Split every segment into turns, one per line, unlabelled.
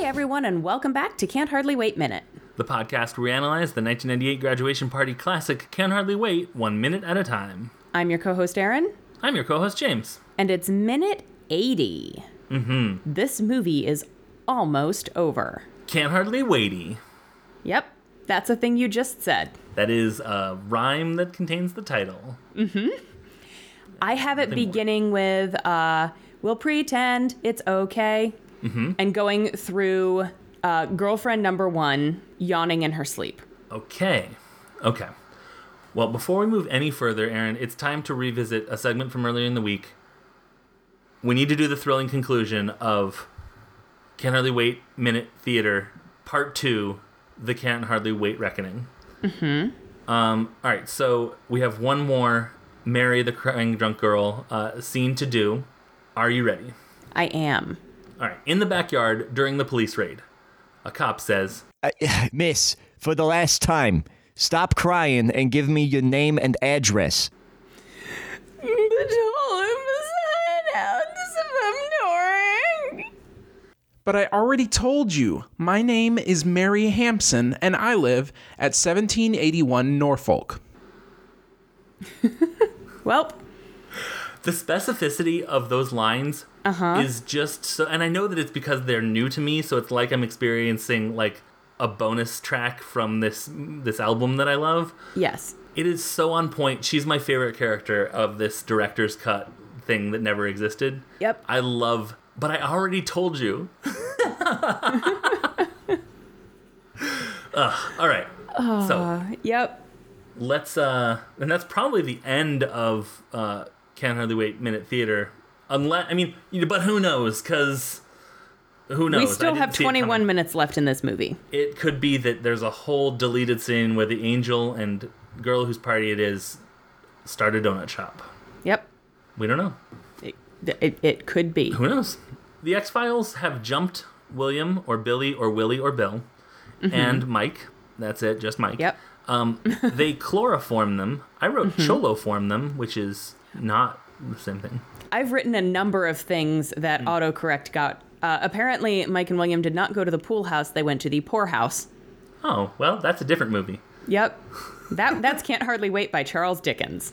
everyone, and welcome back to Can't Hardly Wait Minute.
The podcast where we analyze the 1998 graduation party classic Can Hardly Wait one minute at a time.
I'm your co host, Aaron,
I'm your co host, James.
and it's minute 80. Mm-hmm. This movie is almost over.
Can't Hardly Waity.
Yep, that's a thing you just said.
That is a rhyme that contains the title.
I have it
Nothing more.
beginning with uh, "We'll pretend it's okay," and going through uh, girlfriend number one yawning in her sleep.
Okay. Okay. Well, before we move any further, Aaron, it's time to revisit a segment from earlier in the week. We need to do the thrilling conclusion of Can't Hardly Wait Minute Theater Part 2 The Can't Hardly Wait Reckoning. Mm-hmm. Um, all right, so we have one more Mary the Crying Drunk Girl uh, scene to do. Are you ready?
I am.
All right, in the backyard during the police raid, a cop says,
Uh, miss, for the last time, stop crying and give me your name and address.
But I already told you, my name is Mary Hampson, and I live at 1781 Norfolk.
Well,
the specificity of those lines is just so and i know that it's because they're new to me so it's like i'm experiencing like a bonus track from this this album that i love
yes.
it is so on point she's my favorite character of this director's cut thing that never existed
Yep.
i love but i already told you Ugh, all right so
Yep.
let's uh and that's probably the end of uh can hardly wait minute theater unless i mean you know, but who knows because who knows
We
Oh, I
still
didn't
have
see it
21
coming.
minutes left in this movie.
it could be that there's a whole deleted scene where the angel and girl whose party it is start a donut shop
Yep.
we don't know
It, it, it could be.
who knows the x-files have jumped william or billy or willie or bill and mike that's it just mike
Mm-hmm. Yep.
Um, they chloroform them. I wrote
Mm-hmm.
choloform them, which is not the same thing.
I've written a number of things that
Hmm.
autocorrect got. Uh, apparently, Mike and William did not go to the pool house, they went to the poorhouse.
Oh, well, that's a different movie.
Yep. That, that's Can't Hardly Wait by Charles Dickens.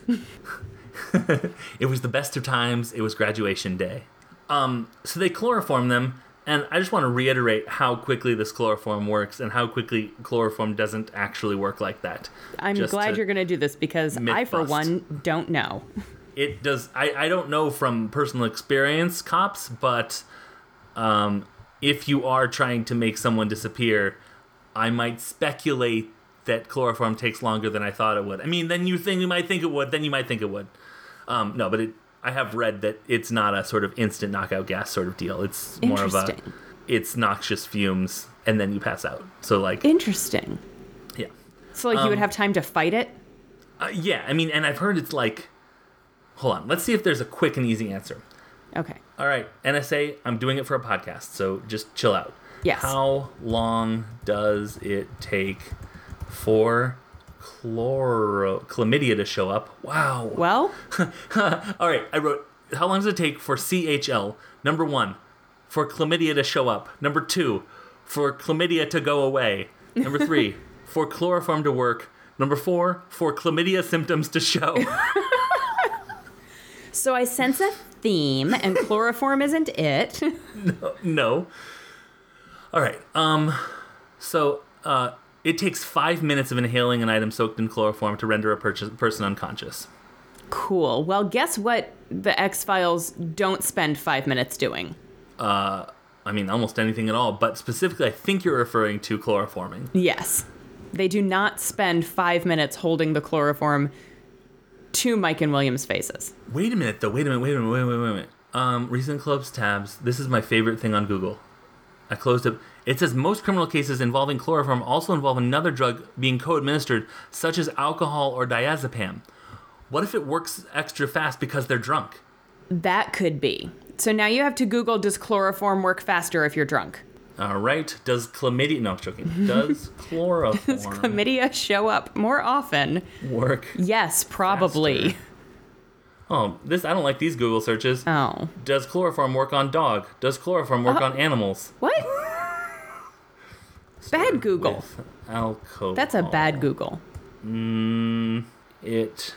It was the best of times. It was graduation day. Um, so they chloroform them, and I just want to reiterate how quickly this chloroform works and how quickly chloroform doesn't actually work like that.
I'm
Just
glad
to-
you're going to do this because
myth
I, for
bust.
one, don't know.
It does. I, I don't know from personal experience, cops, but um, if you are trying to make someone disappear, I might speculate that chloroform takes longer than I thought it would. I mean, then you think you might think it would. Then you might think it would. Um, no, but it, I have read that it's not a sort of instant knockout gas sort of deal. It's more of a
Interesting.
it's noxious fumes, and then you pass out. So like,
Interesting.
yeah,
So, like, you
Um,
would have time to fight it?
uh, yeah. I mean, and I've heard it's like, hold on, let's see if there's a quick and easy answer.
Okay.
All right, NSA, I'm doing it for a podcast, so just chill out.
Yes.
How long does it take for chloro chlamydia to show up? Wow.
Well,
All right, I wrote how long does it take for CHL? Number 1, for chlamydia to show up. Number 2, for chlamydia to go away. Number 3, for chloroform to work. Number 4, for chlamydia symptoms to show.
so I sense a theme, and chloroform isn't it.
No. All right. Um, so uh, it takes five minutes of inhaling an item soaked in chloroform to render a purchase- person unconscious.
Cool. Well, guess what the X Files don't spend five minutes doing?
I mean, almost anything at all, but specifically, I think you're referring to chloroforming.
Yes. They do not spend five minutes holding the chloroform to Mike and William's faces.
Wait a minute, though. Wait a minute. Wait a minute. Wait a minute. Wait a minute. Um, recent clubs tabs. This is my favorite thing on Google. I closed it. It says most criminal cases involving chloroform also involve another drug being co-administered, such as alcohol or diazepam. What if it works extra fast because they're drunk?
That could be. So now you have to Google does chloroform work faster if you're drunk?
All Uh, right. Does chlamydia? No, I'm joking. Does chloroform
Chlamydia show up more often.
work?
Yes, probably.
faster? Oh, this I don't like these Google searches.
Oh.
Does chloroform work on dog? Does chloroform work on animals?
What? Bad Google.
Alcohol. Mm,
That's a bad Google.
It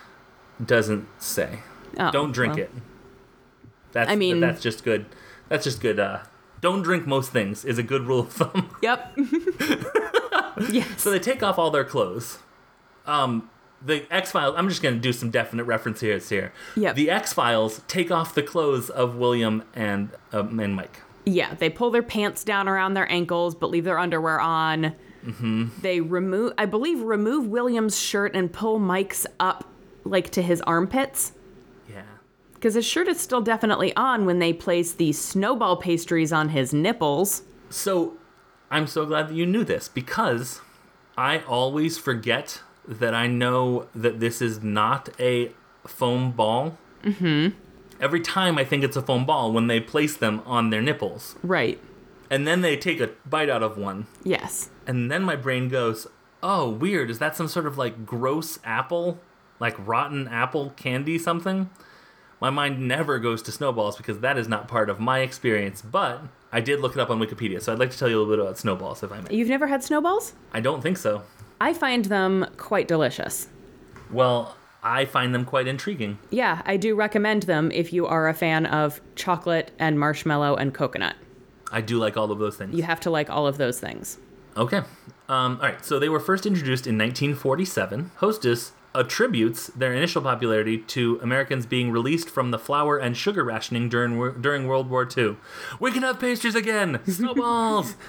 doesn't say.
Oh,
don't drink
well.
it. That's,
I mean-
that's just good. That's just good. Uh, don't drink most things is a good rule of thumb.
Yep. yes.
So they take off all their clothes. Um, the X Files. I'm just gonna do some definite reference here. It's here.
Yep.
The X Files take off the clothes of William and um, and Mike.
Yeah, they pull their pants down around their ankles, but leave their underwear on.
Mm-hmm.
They remove, I believe, remove William's shirt and pull Mike's up like to his armpits
Yeah.
because his shirt is still definitely on when they place the snowball pastries on his nipples.
So I'm so glad that you knew this because I always forget that I know that this is not a foam ball. Mm-hmm. Every time I think it's a foam ball when they place them on their nipples,
Right.
and then they take a bite out of one.
Yes.
And then my brain goes, oh, weird. Is that some sort of like gross apple, like rotten apple candy something? My mind never goes to snowballs because that is not part of my experience. But I did look it up on Wikipedia, so I'd like to tell you a little bit about snowballs if I may.
You've never had snowballs?
I don't think so.
I find them quite delicious.
Well, I find them quite intriguing.
Yeah, I do recommend them if you are a fan of chocolate and marshmallow and coconut.
I do like all of those things.
You have to like all of those things.
Okay. Um, all right. So they were first introduced in 1947. Hostess attributes their initial popularity to Americans being released from the flour and sugar rationing during wor- during World War II. We can have pastries again. Snowballs.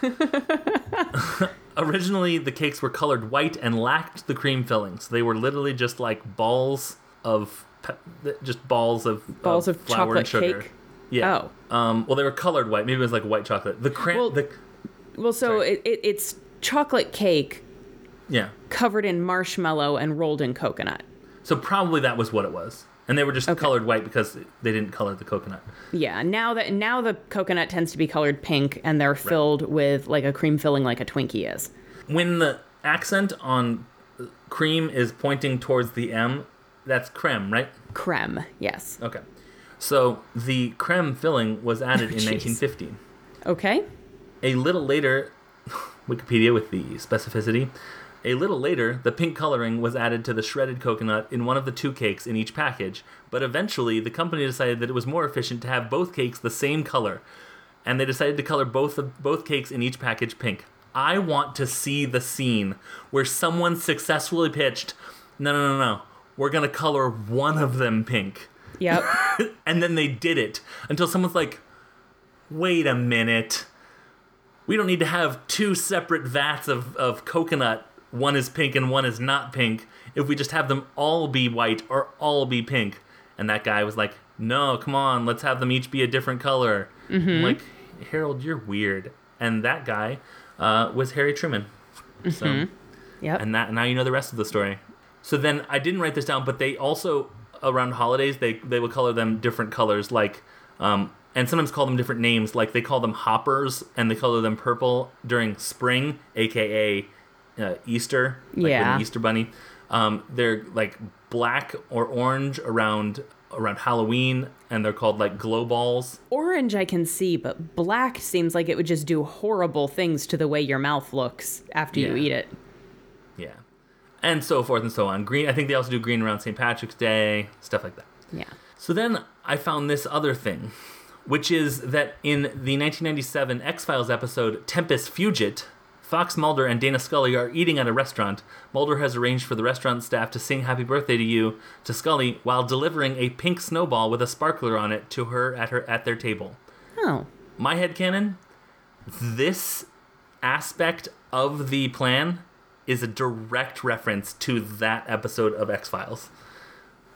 Originally, the cakes were colored white and lacked the cream fillings. They were literally just like balls of pe- just balls of
Balls of
flour and
chocolate
sugar.
cake?
Yeah.
Oh.
Um, well, they were colored white. Maybe it was like white chocolate. The cran.
Well-
the-
Well, so
Sorry.
it, it, it's chocolate cake
yeah.
covered in marshmallow and rolled in coconut.
So probably that was what it was. And they were just colored white because they didn't color the coconut.
Yeah, now that now the coconut tends to be colored pink and they're filled with like a cream filling like a Twinkie is.
When the accent on cream is pointing towards the M, that's creme, right?
Creme, yes.
Okay. So the creme filling was added in
Jeez.
1915.
Okay.
A little later, Wikipedia with the specificity. A little later, the pink coloring was added to the shredded coconut in one of the two cakes in each package, but eventually the company decided that it was more efficient to have both cakes the same color, and they decided to color both of, both cakes in each package pink. I want to see the scene where someone successfully pitched, no, no, no, no, we're gonna color one of them pink
Yep.
and then they did it until someone's like, wait a minute. We don't need to have two separate vats of, of coconut. One is pink and one is not pink. If we just have them all be white or all be pink. And that guy was like, no, come on, let's have them each be a different color. I'm like, Harold, you're weird. And that guy uh, was Harry Truman. So
Mm-hmm. yep.
and that now you know the rest of the story. So then I didn't write this down, but they also around holidays they they would color them different colors, like um, and sometimes call them different names. Like they call them hoppers, and they color them purple during spring, aka uh, Easter, like
Yeah.
with an Easter bunny. Um, they're like black or orange around around Halloween, and they're called like glow balls.
Orange I can see, but black seems like it would just do horrible things to the way your mouth looks after you
Yeah.
eat it.
Yeah. And so forth and so on. Green. I think they also do green around St. Patrick's Day, stuff like that.
Yeah.
So then I found this other thing, which is that in the 1997 X Files episode Tempest Fugit, Fox Mulder and Dana Scully are eating at a restaurant. Mulder has arranged for the restaurant staff to sing Happy Birthday to You to Scully while delivering a pink snowball with a sparkler on it to her at her at their table.
Oh.
My headcanon, this aspect of the plan is a direct reference to that episode of X Files.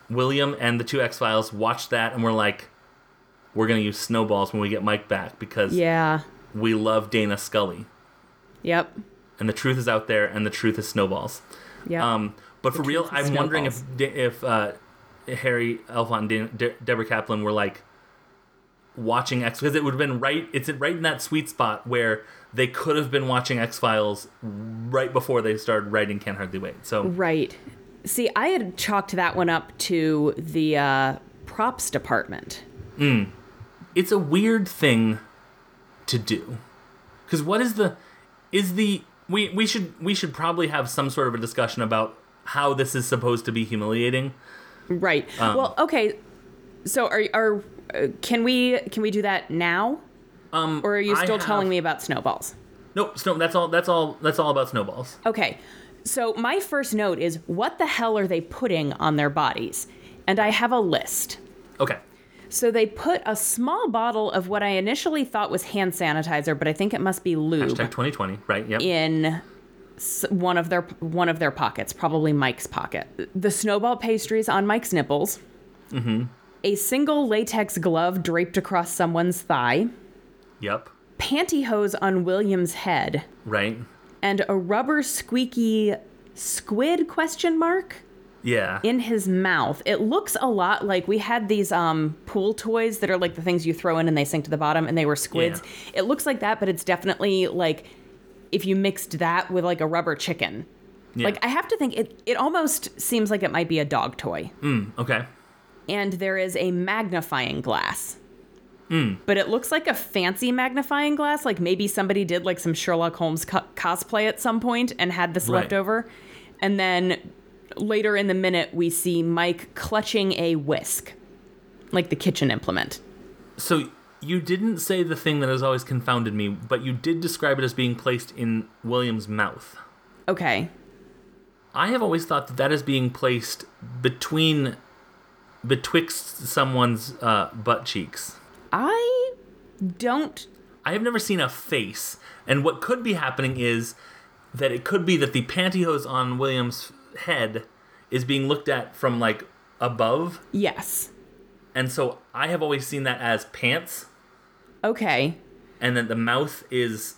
William and the two X Files watched that and were like, we're going to use snowballs when we get Mike back because
Yeah.
we love Dana Scully.
Yep.
And the truth is out there, and the truth is snowballs.
Yep.
Um, but for real,
truth
I'm
is
wondering if Da- if uh, Harry Elfon, Dan- De- Deborah Kaplan were like watching X because it would have been right. It's right in that sweet spot where they could have been watching X Files right before they started writing Can't Hardly Wait. So
Right. See, I had chalked that one up to the uh, props department.
it's a weird thing to do because what is the is the we we should we should probably have some sort of a discussion about how this is supposed to be humiliating.
Right.
Um,
well, okay. So are are uh, can we can we do that now? Um, or are you
I
still telling
have-
me about snowballs?
Nope, snow. That's all. That's all. That's all about snowballs.
Okay. So my first note is what the hell are they putting on their bodies? And I have a list.
Okay.
So they put a small bottle of what I initially thought was hand sanitizer, but I think it must be lube
Hashtag 2020. Right. Yep.
in s- one of their one of their pockets, probably Mike's pocket. The snowball pastries on Mike's nipples. A single latex glove draped across someone's thigh,
Yep.
pantyhose on William's head,
Right.
and a rubber squeaky squid question mark
Yeah.
in his mouth. It looks a lot like we had these um, pool toys that are like the things you throw in and they sink to the bottom, and they were squids. It looks like that, but it's definitely like if you mixed that with like a rubber chicken.
Yeah.
Like I have to think it. It almost seems like it might be a dog toy,
okay.
and there is a magnifying glass. But it looks like a fancy magnifying glass. Like maybe somebody did like some Sherlock Holmes co- cosplay at some point and had this
Right.
left over, and then later in the minute we see Mike clutching a whisk, like the kitchen implement.
So you didn't say the thing that has always confounded me, but you did describe it as being placed in William's mouth.
Okay,
I have always thought that that is being placed between, betwixt someone's uh, butt cheeks.
I don't.
I have never seen a face, and what could be happening is that it could be that the pantyhose on William's head is being looked at from like above,
Yes.
and so I have always seen that as pants,
Okay.
and that the mouth is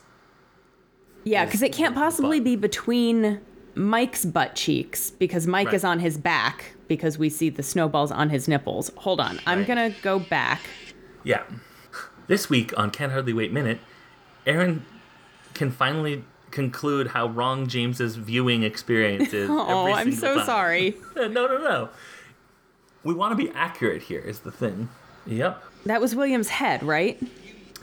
Yeah,
is
because it can't possibly
butt.
be between Mike's butt cheeks because Mike
Right.
is on his back because we see the snowballs on his nipples. Hold on, I'm
Right.
gonna go back.
Yeah. This week on Can't Hardly Wait Minute, Aaron can finally conclude how wrong James's viewing experience is.
Oh,
every
I'm
single
so
time.
sorry.
no, no, no. We want to be accurate here, is the thing. Yep.
That was William's head, right?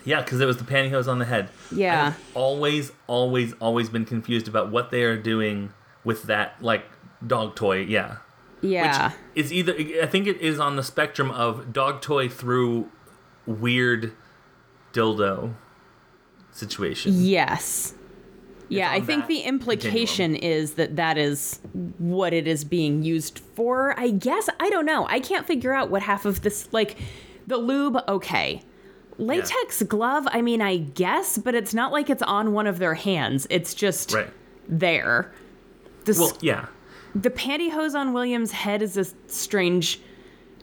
Yeah, because it was the pantyhose on the head.
Yeah.
I've always, always, always been confused about what they are doing with that, like, dog toy. Yeah.
Yeah.
It's either, I think it is on the spectrum of dog toy through weird dildo situation.
yes. Yeah,
on
I think
that
the implication is that that is what it is being used for. I guess I don't know. I can't figure out what half of this like the lube, okay. Latex glove, I mean, I guess, but it's not like it's on one of their hands. It's just
Right.
there. The, s-
Well, yeah.
the pantyhose on William's head is a strange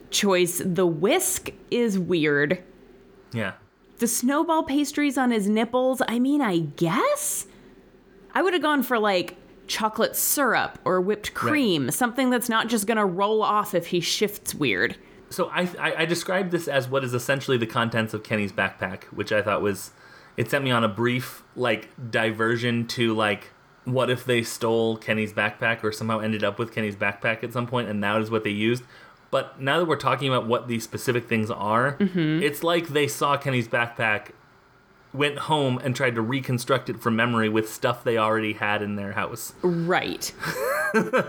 choice. The whisk is weird.
Yeah.
The snowball pastries on his nipples, I mean, I guess? I would have gone for like chocolate syrup or whipped cream, something that's not just gonna roll off if he shifts weird.
So I, I I described this as what is essentially the contents of Kenny's backpack, which I thought was it sent me on a brief like diversion to like what if they stole Kenny's backpack or somehow ended up with Kenny's backpack at some point and that is what they used. But now that we're talking about what these specific things are, it's like they saw Kenny's backpack, went home and tried to reconstruct it from memory with stuff they already had in their house.
Right.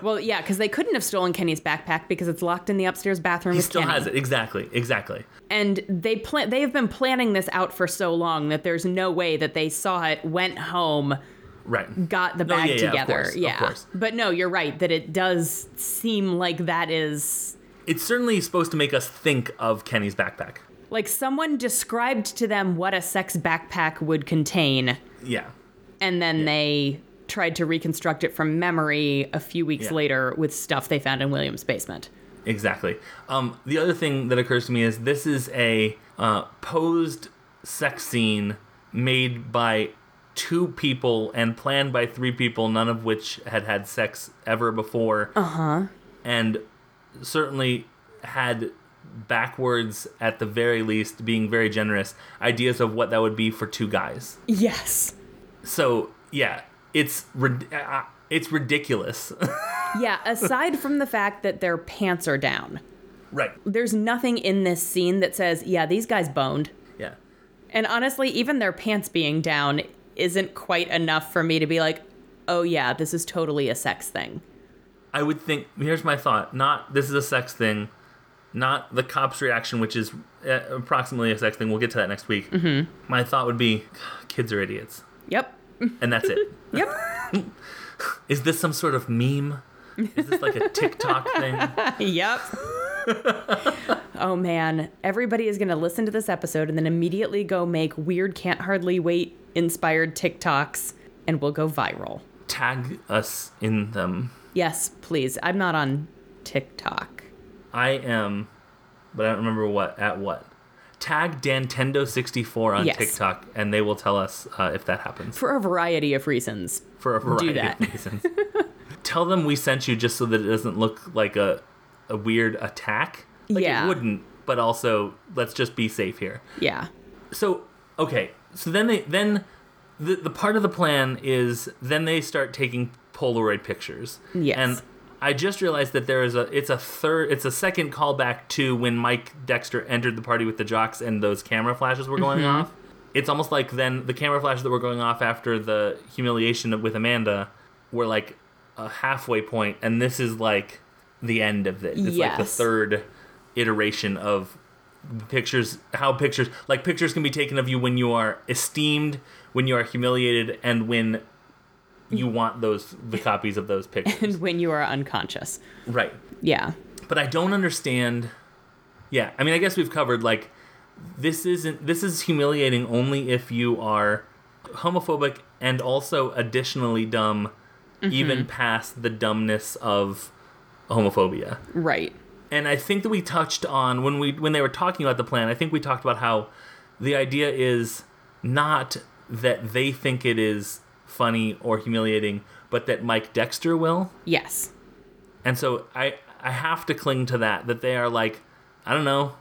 well, yeah, because they couldn't have stolen Kenny's backpack because it's locked in the upstairs bathroom.
He
with
still
Kenny.
has it. Exactly. Exactly.
And they plan they have been planning this out for so long that there's no way that they saw it, went home,
Right.
got the
No,
bag
yeah, yeah, of
together.
course, of
yeah.
course.
But no, you're right that it does seem like that is
it's certainly supposed to make us think of Kenny's backpack.
Like someone described to them what a sex backpack would contain,
Yeah.
and then they tried to reconstruct it from memory a few weeks
Yeah.
later with stuff they found in William's basement.
Exactly. Um, the other thing that occurs to me is this is a uh, posed sex scene made by two people and planned by three people, none of which had had sex ever before. Uh huh. And certainly had backwards, at the very least, being very generous, ideas of what that would be for two guys.
Yes.
So, yeah, it's, rid- uh, it's ridiculous.
Yeah, aside from the fact that their pants are down,
right.
there's nothing in this scene that says, yeah, these guys boned.
Yeah.
And honestly, even their pants being down isn't quite enough for me to be like, oh yeah, this is totally a sex thing.
I would think. Here's my thought: not this is a sex thing, not the cops' reaction, which is uh, approximately a sex thing. We'll get to that next week. Mm-hmm. My thought would be, kids are idiots,
Yep.
and that's it.
Yep.
is this some sort of meme? Is this like a TikTok thing?
yep. oh man, everybody is going to listen to this episode and then immediately go make weird can't hardly wait inspired TikToks and we'll go viral.
Tag us in them.
Yes, please. I'm not on TikTok.
I am, but I don't remember what at what. Tag Dantendo64 on
Yes.
TikTok, and they will tell us uh, if that happens
For a variety of reasons.
for a variety
that.
of reasons. tell them we sent you just so that it doesn't look like a a weird attack. Like
Yeah.
it wouldn't, but also let's just be safe here.
Yeah.
So okay, so then they then the the part of the plan is then they start taking Polaroid pictures.
Yes.
And I just realized that there is a it's a third it's a second callback to when Mike Dexter entered the party with the jocks and those camera flashes were going
Mm-hmm.
off. It's almost like then the camera flashes that were going off after the humiliation with Amanda were like a halfway point and this is like the end of this. It's like the
Yes.
third iteration of pictures how pictures like pictures can be taken of you when you are esteemed when you are humiliated and when you want those the copies of those pictures
And when you are unconscious.
right
Yeah.
but i don't understand yeah i mean i guess we've covered like this isn't this is humiliating only if you are homophobic and also additionally dumb even past the dumbness of homophobia
Right.
and I think that we touched on when we when they were talking about the plan. I think we talked about how the idea is not that they think it is funny or humiliating, but that Mike Dexter will.
Yes.
And so I I have to cling to that that they are like I don't know,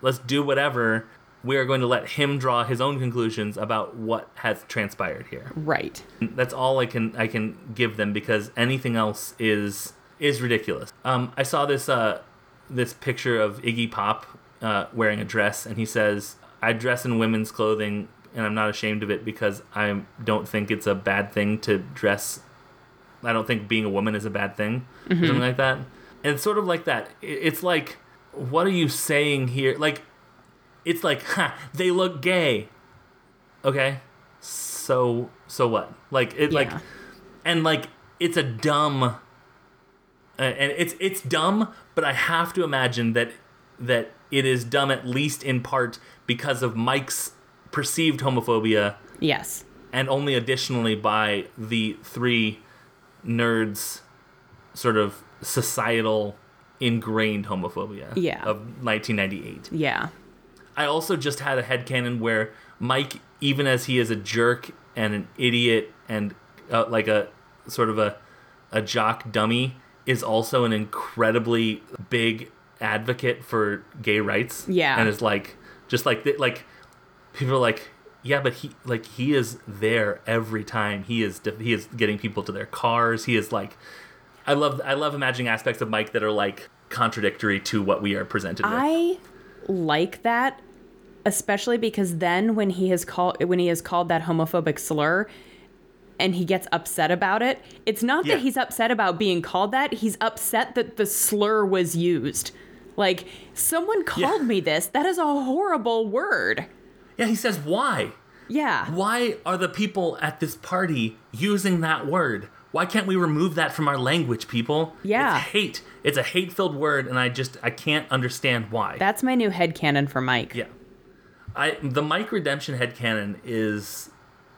let's do whatever. We are going to let him draw his own conclusions about what has transpired here.
Right.
That's all I can I can give them because anything else is is ridiculous. Um, I saw this uh, this picture of Iggy Pop uh, wearing a dress, and he says, "I dress in women's clothing, and I'm not ashamed of it because I don't think it's a bad thing to dress. I don't think being a woman is a bad thing, or something like that." And it's sort of like that. I- It's like, what are you saying here? Like, it's like, ha, they look gay. Okay, so so what? Like it like
Yeah.
and like it's a dumb uh, and it's it's dumb, but I have to imagine that that it is dumb at least in part because of Mike's perceived homophobia
Yes.
and only additionally by the three nerds sort of societal ingrained homophobia
Yeah.
of 1998.
Yeah.
I also just had a headcanon where Mike, even as he is a jerk and an idiot and uh, like a sort of a, a jock dummy, is also an incredibly big advocate for gay rights.
Yeah.
And is like, just like, th- like, people are like, yeah, but he like he is there every time. He is def- he is getting people to their cars. He is like, I love I love imagining aspects of Mike that are like contradictory to what we are presented with.
I like that, especially because then when he has called when he has called that homophobic slur, and he gets upset about it. It's not
Yeah.
that he's upset about being called that. He's upset that the slur was used. Like someone called me this. That is a horrible word.
Yeah, he says why.
Yeah.
Why are the people at this party using that word? Why can't we remove that from our language, people?
Yeah.
It's hate. It's a hate filled word, and I just I can't understand why.
That's my new headcanon for Mike.
yeah. I the Mike Redemption headcanon is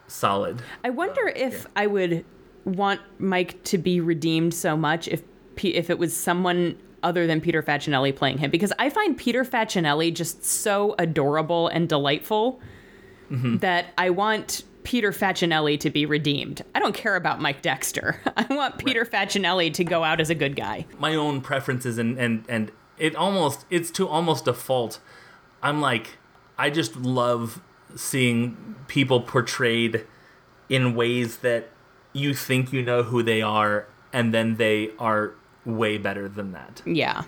solid.
I wonder if I would want Mike to be redeemed so much if P- if it was someone other than Peter Facinelli playing him because I find Peter Facinelli just so adorable and delightful that I want Peter Facinelli to be redeemed. I don't care about Mike Dexter. I want Peter Facinelli to go out as a good guy.
My own preferences and and and it almost it's to almost a fault. I'm like I just love seeing people portrayed in ways that you think you know who they are, and then they are way better than that.
Yeah.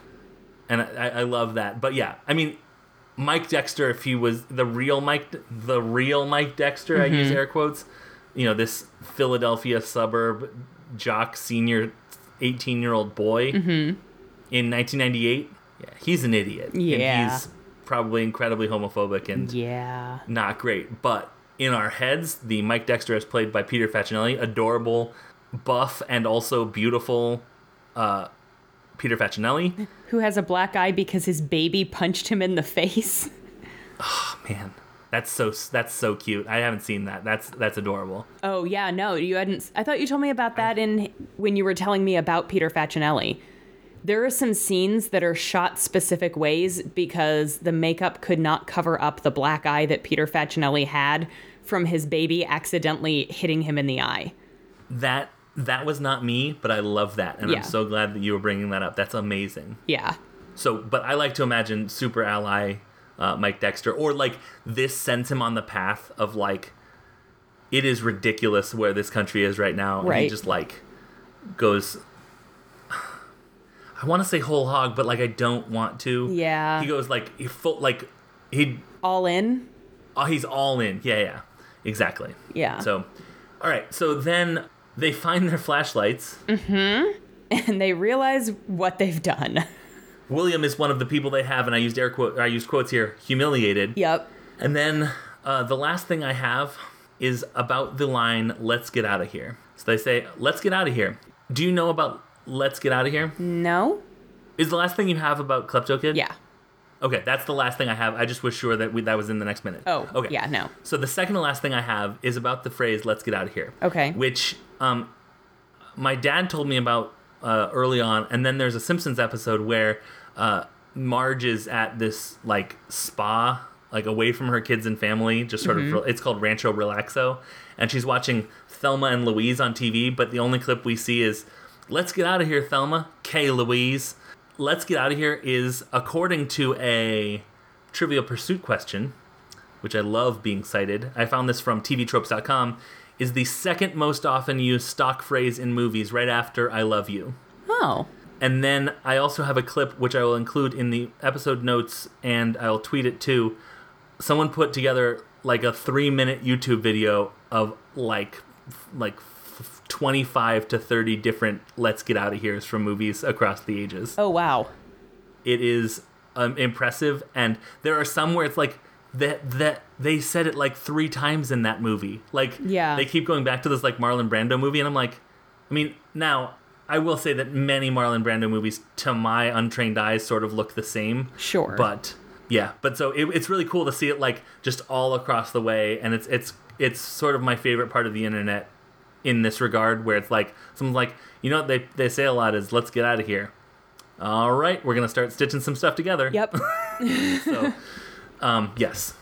And I, I love that. But yeah, I mean,
Mm-hmm.
Mike Dexter, if he was the real Mike, the real Mike Dexter, I use air quotes, you know this Philadelphia suburb jock senior 18 year old boy
Mm-hmm.
in 1998 yeah he's an idiot and
Yeah.
he's probably incredibly homophobic and
Yeah.
not great but in our heads the Mike Dexter as played by Peter Facinelli adorable buff and also beautiful uh Peter Facinelli
Who has a black eye because his baby punched him in the face?
man that's so that's so cute I haven't seen that that's that's adorable
Oh yeah, no, you hadn't. I thought you told me about that in when you were telling me about Peter Facinelli. There are some scenes that are shot specific ways because the makeup could not cover up the black eye that Peter Facinelli had from his baby accidentally hitting him in the eye.
that that was not me, but I love that, and
Yeah.
I'm so glad that you were bringing that up. That's amazing.
Yeah.
So, but I like to imagine super ally uh, Mike Dexter, or like this sends him on the path of like it is ridiculous where this country is right now, and he
Right.
just like goes. I want to say whole hog, but like I don't want to.
Yeah.
He goes like he full like he
All in.
Oh, he's all in. Yeah, yeah. Exactly.
Yeah.
So, all right. So then they find their flashlights.
Mm. And they realize what they've done.
William is one of the people they have, and I used air quote. I used quotes here. Humiliated.
yep.
And then uh, the last thing I have is about the line "Let's get out of here." So they say, "Let's get out of here." Do you know about "Let's get out of here"?
No?
Is the last thing you have about Klepto Kid?
Mm. Yeah.
Okay, that's the last thing I have. I just was sure that we, that was in the next minute.
Oh,
okay.
yeah, no.
So the second to last thing I have is about the phrase "Let's get out of here."
Okay.
Which um, my dad told me about uh, early on, and then there's a Simpsons episode where uh, Marge is at this like spa, like away from her kids and family, just sort of. It's called Rancho Relaxo, and she's watching Thelma and Louise on TV, but the only clip we see is "Let's get out of here, Thelma." K Louise. Let's get out of here is according to a Trivial Pursuit question which I love being cited. I found this from TVTropes.com, is the second most often used stock phrase in movies right after I love you.
Oh.
And then I also have a clip which I will include in the episode notes and I'll tweet it too. Someone put together like a 3-minute YouTube video of like f- like f- 25 to 30 different let's get out of here's from movies across the ages
Oh, wow.
it is um, impressive and there are some where it's like that that they said it like three times in that movie like
Yeah.
they keep going back to this like marlon brando movie and i'm like i mean now i will say that many marlon brando movies to my untrained eyes sort of look the same
Sure.
but yeah but so it, it's really cool to see it like just all across the way and it's it's it's sort of my favorite part of the internet in this regard where it's like someone's like you know what they, they say a lot is let's get out of here all right we're gonna start stitching some stuff together
Yep.
so um yes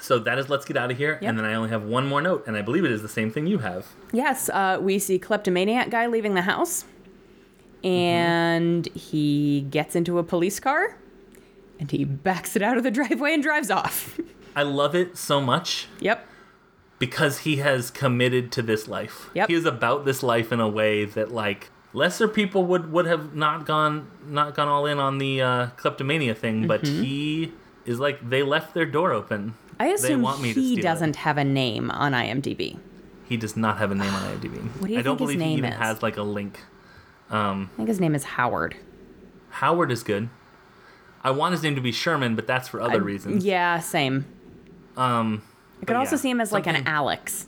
so that is let's get out of here
Yep.
and then i only have one more note and i believe it is the same thing you have
Yes, uh, we see kleptomaniac guy leaving the house, and he gets into a police car, and he backs it out of the driveway and drives off.
i love it so much
yep.
because he has committed to this life.
Yep.
He is about this life in a way that like lesser people would would have not gone not gone all in on the uh, kleptomania thing, but
Mm-hmm.
he is like they left their door open.
I assume
want me to
he
steal it.
doesn't have a name on IMDb.
He does not have a name on IMDb.
What do you
I don't
think his
believe he
name
even
is?
has like a link.
I think his name is Howard.
Howard is good. I want his name to be Sherman, but that's for other reasons.
Yeah, same.
Um,
I could also see him as like an Alex.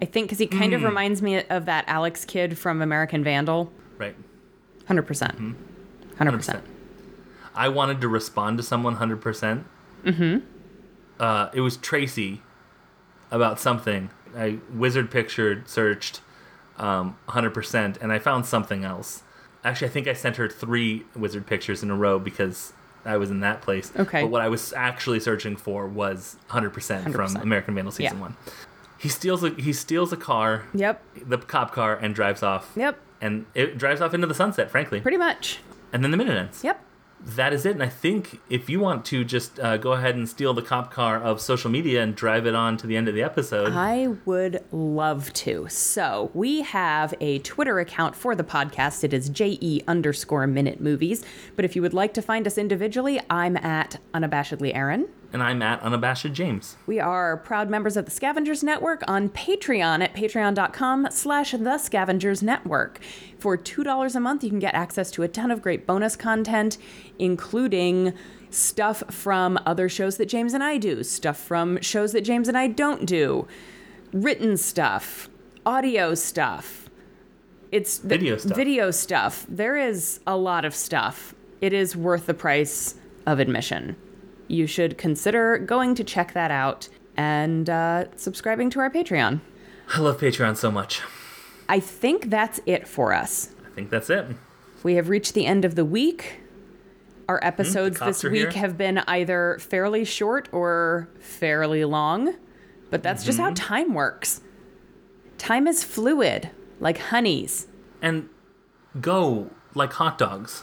I think because he kind
Hmm.
of reminds me of that Alex kid from American Vandal.
right.
Hundred
Mm-hmm.
percent. Hundred percent.
100%. I wanted to respond to someone 100%. Mm-hmm. Uh, it was Tracy about something. I wizard pictured, searched um, 100%, and I found something else. Actually, I think I sent her three wizard pictures in a row because I was in that place.
Okay.
But what I was actually searching for was 100%, from
100%.
American Vandal season
Yeah.
one. He steals a he steals a car,
Yep.
the cop car, and drives off.
Yep.
And it drives off into the sunset, frankly.
Pretty much.
And then the minute ends
Yep.
that is it. And I think if you want to just uh, go ahead and steal the cop car of social media and drive it on to the end of the episode,
I would love to. So we have a Twitter account for the podcast. It is E je underscore minute movies. But if you would like to find us individually, I'm at unabashedly Aaron.
and I'm at unabashed James.
We are proud members of the Scavengers Network on Patreon at patreon.com slash the Scavengers Network. For $2 a month, you can get access to a ton of great bonus content, including stuff from other shows that James and I do, stuff from shows that James and I don't do, written stuff, audio stuff. It's th-
Video stuff.
Video stuff. There is a lot of stuff. It is worth the price of admission you should consider going to check that out and uh, subscribing to our Patreon.
I love Patreon so much.
I think that's it for us.
I think that's it.
We have reached the end of the week. Our episodes
Hmm, cops
this
are
week
here.
have been either fairly short or fairly long, but that's just how
Mm-hmm.
time works. Time is fluid, like honeys.
And go like hot dogs.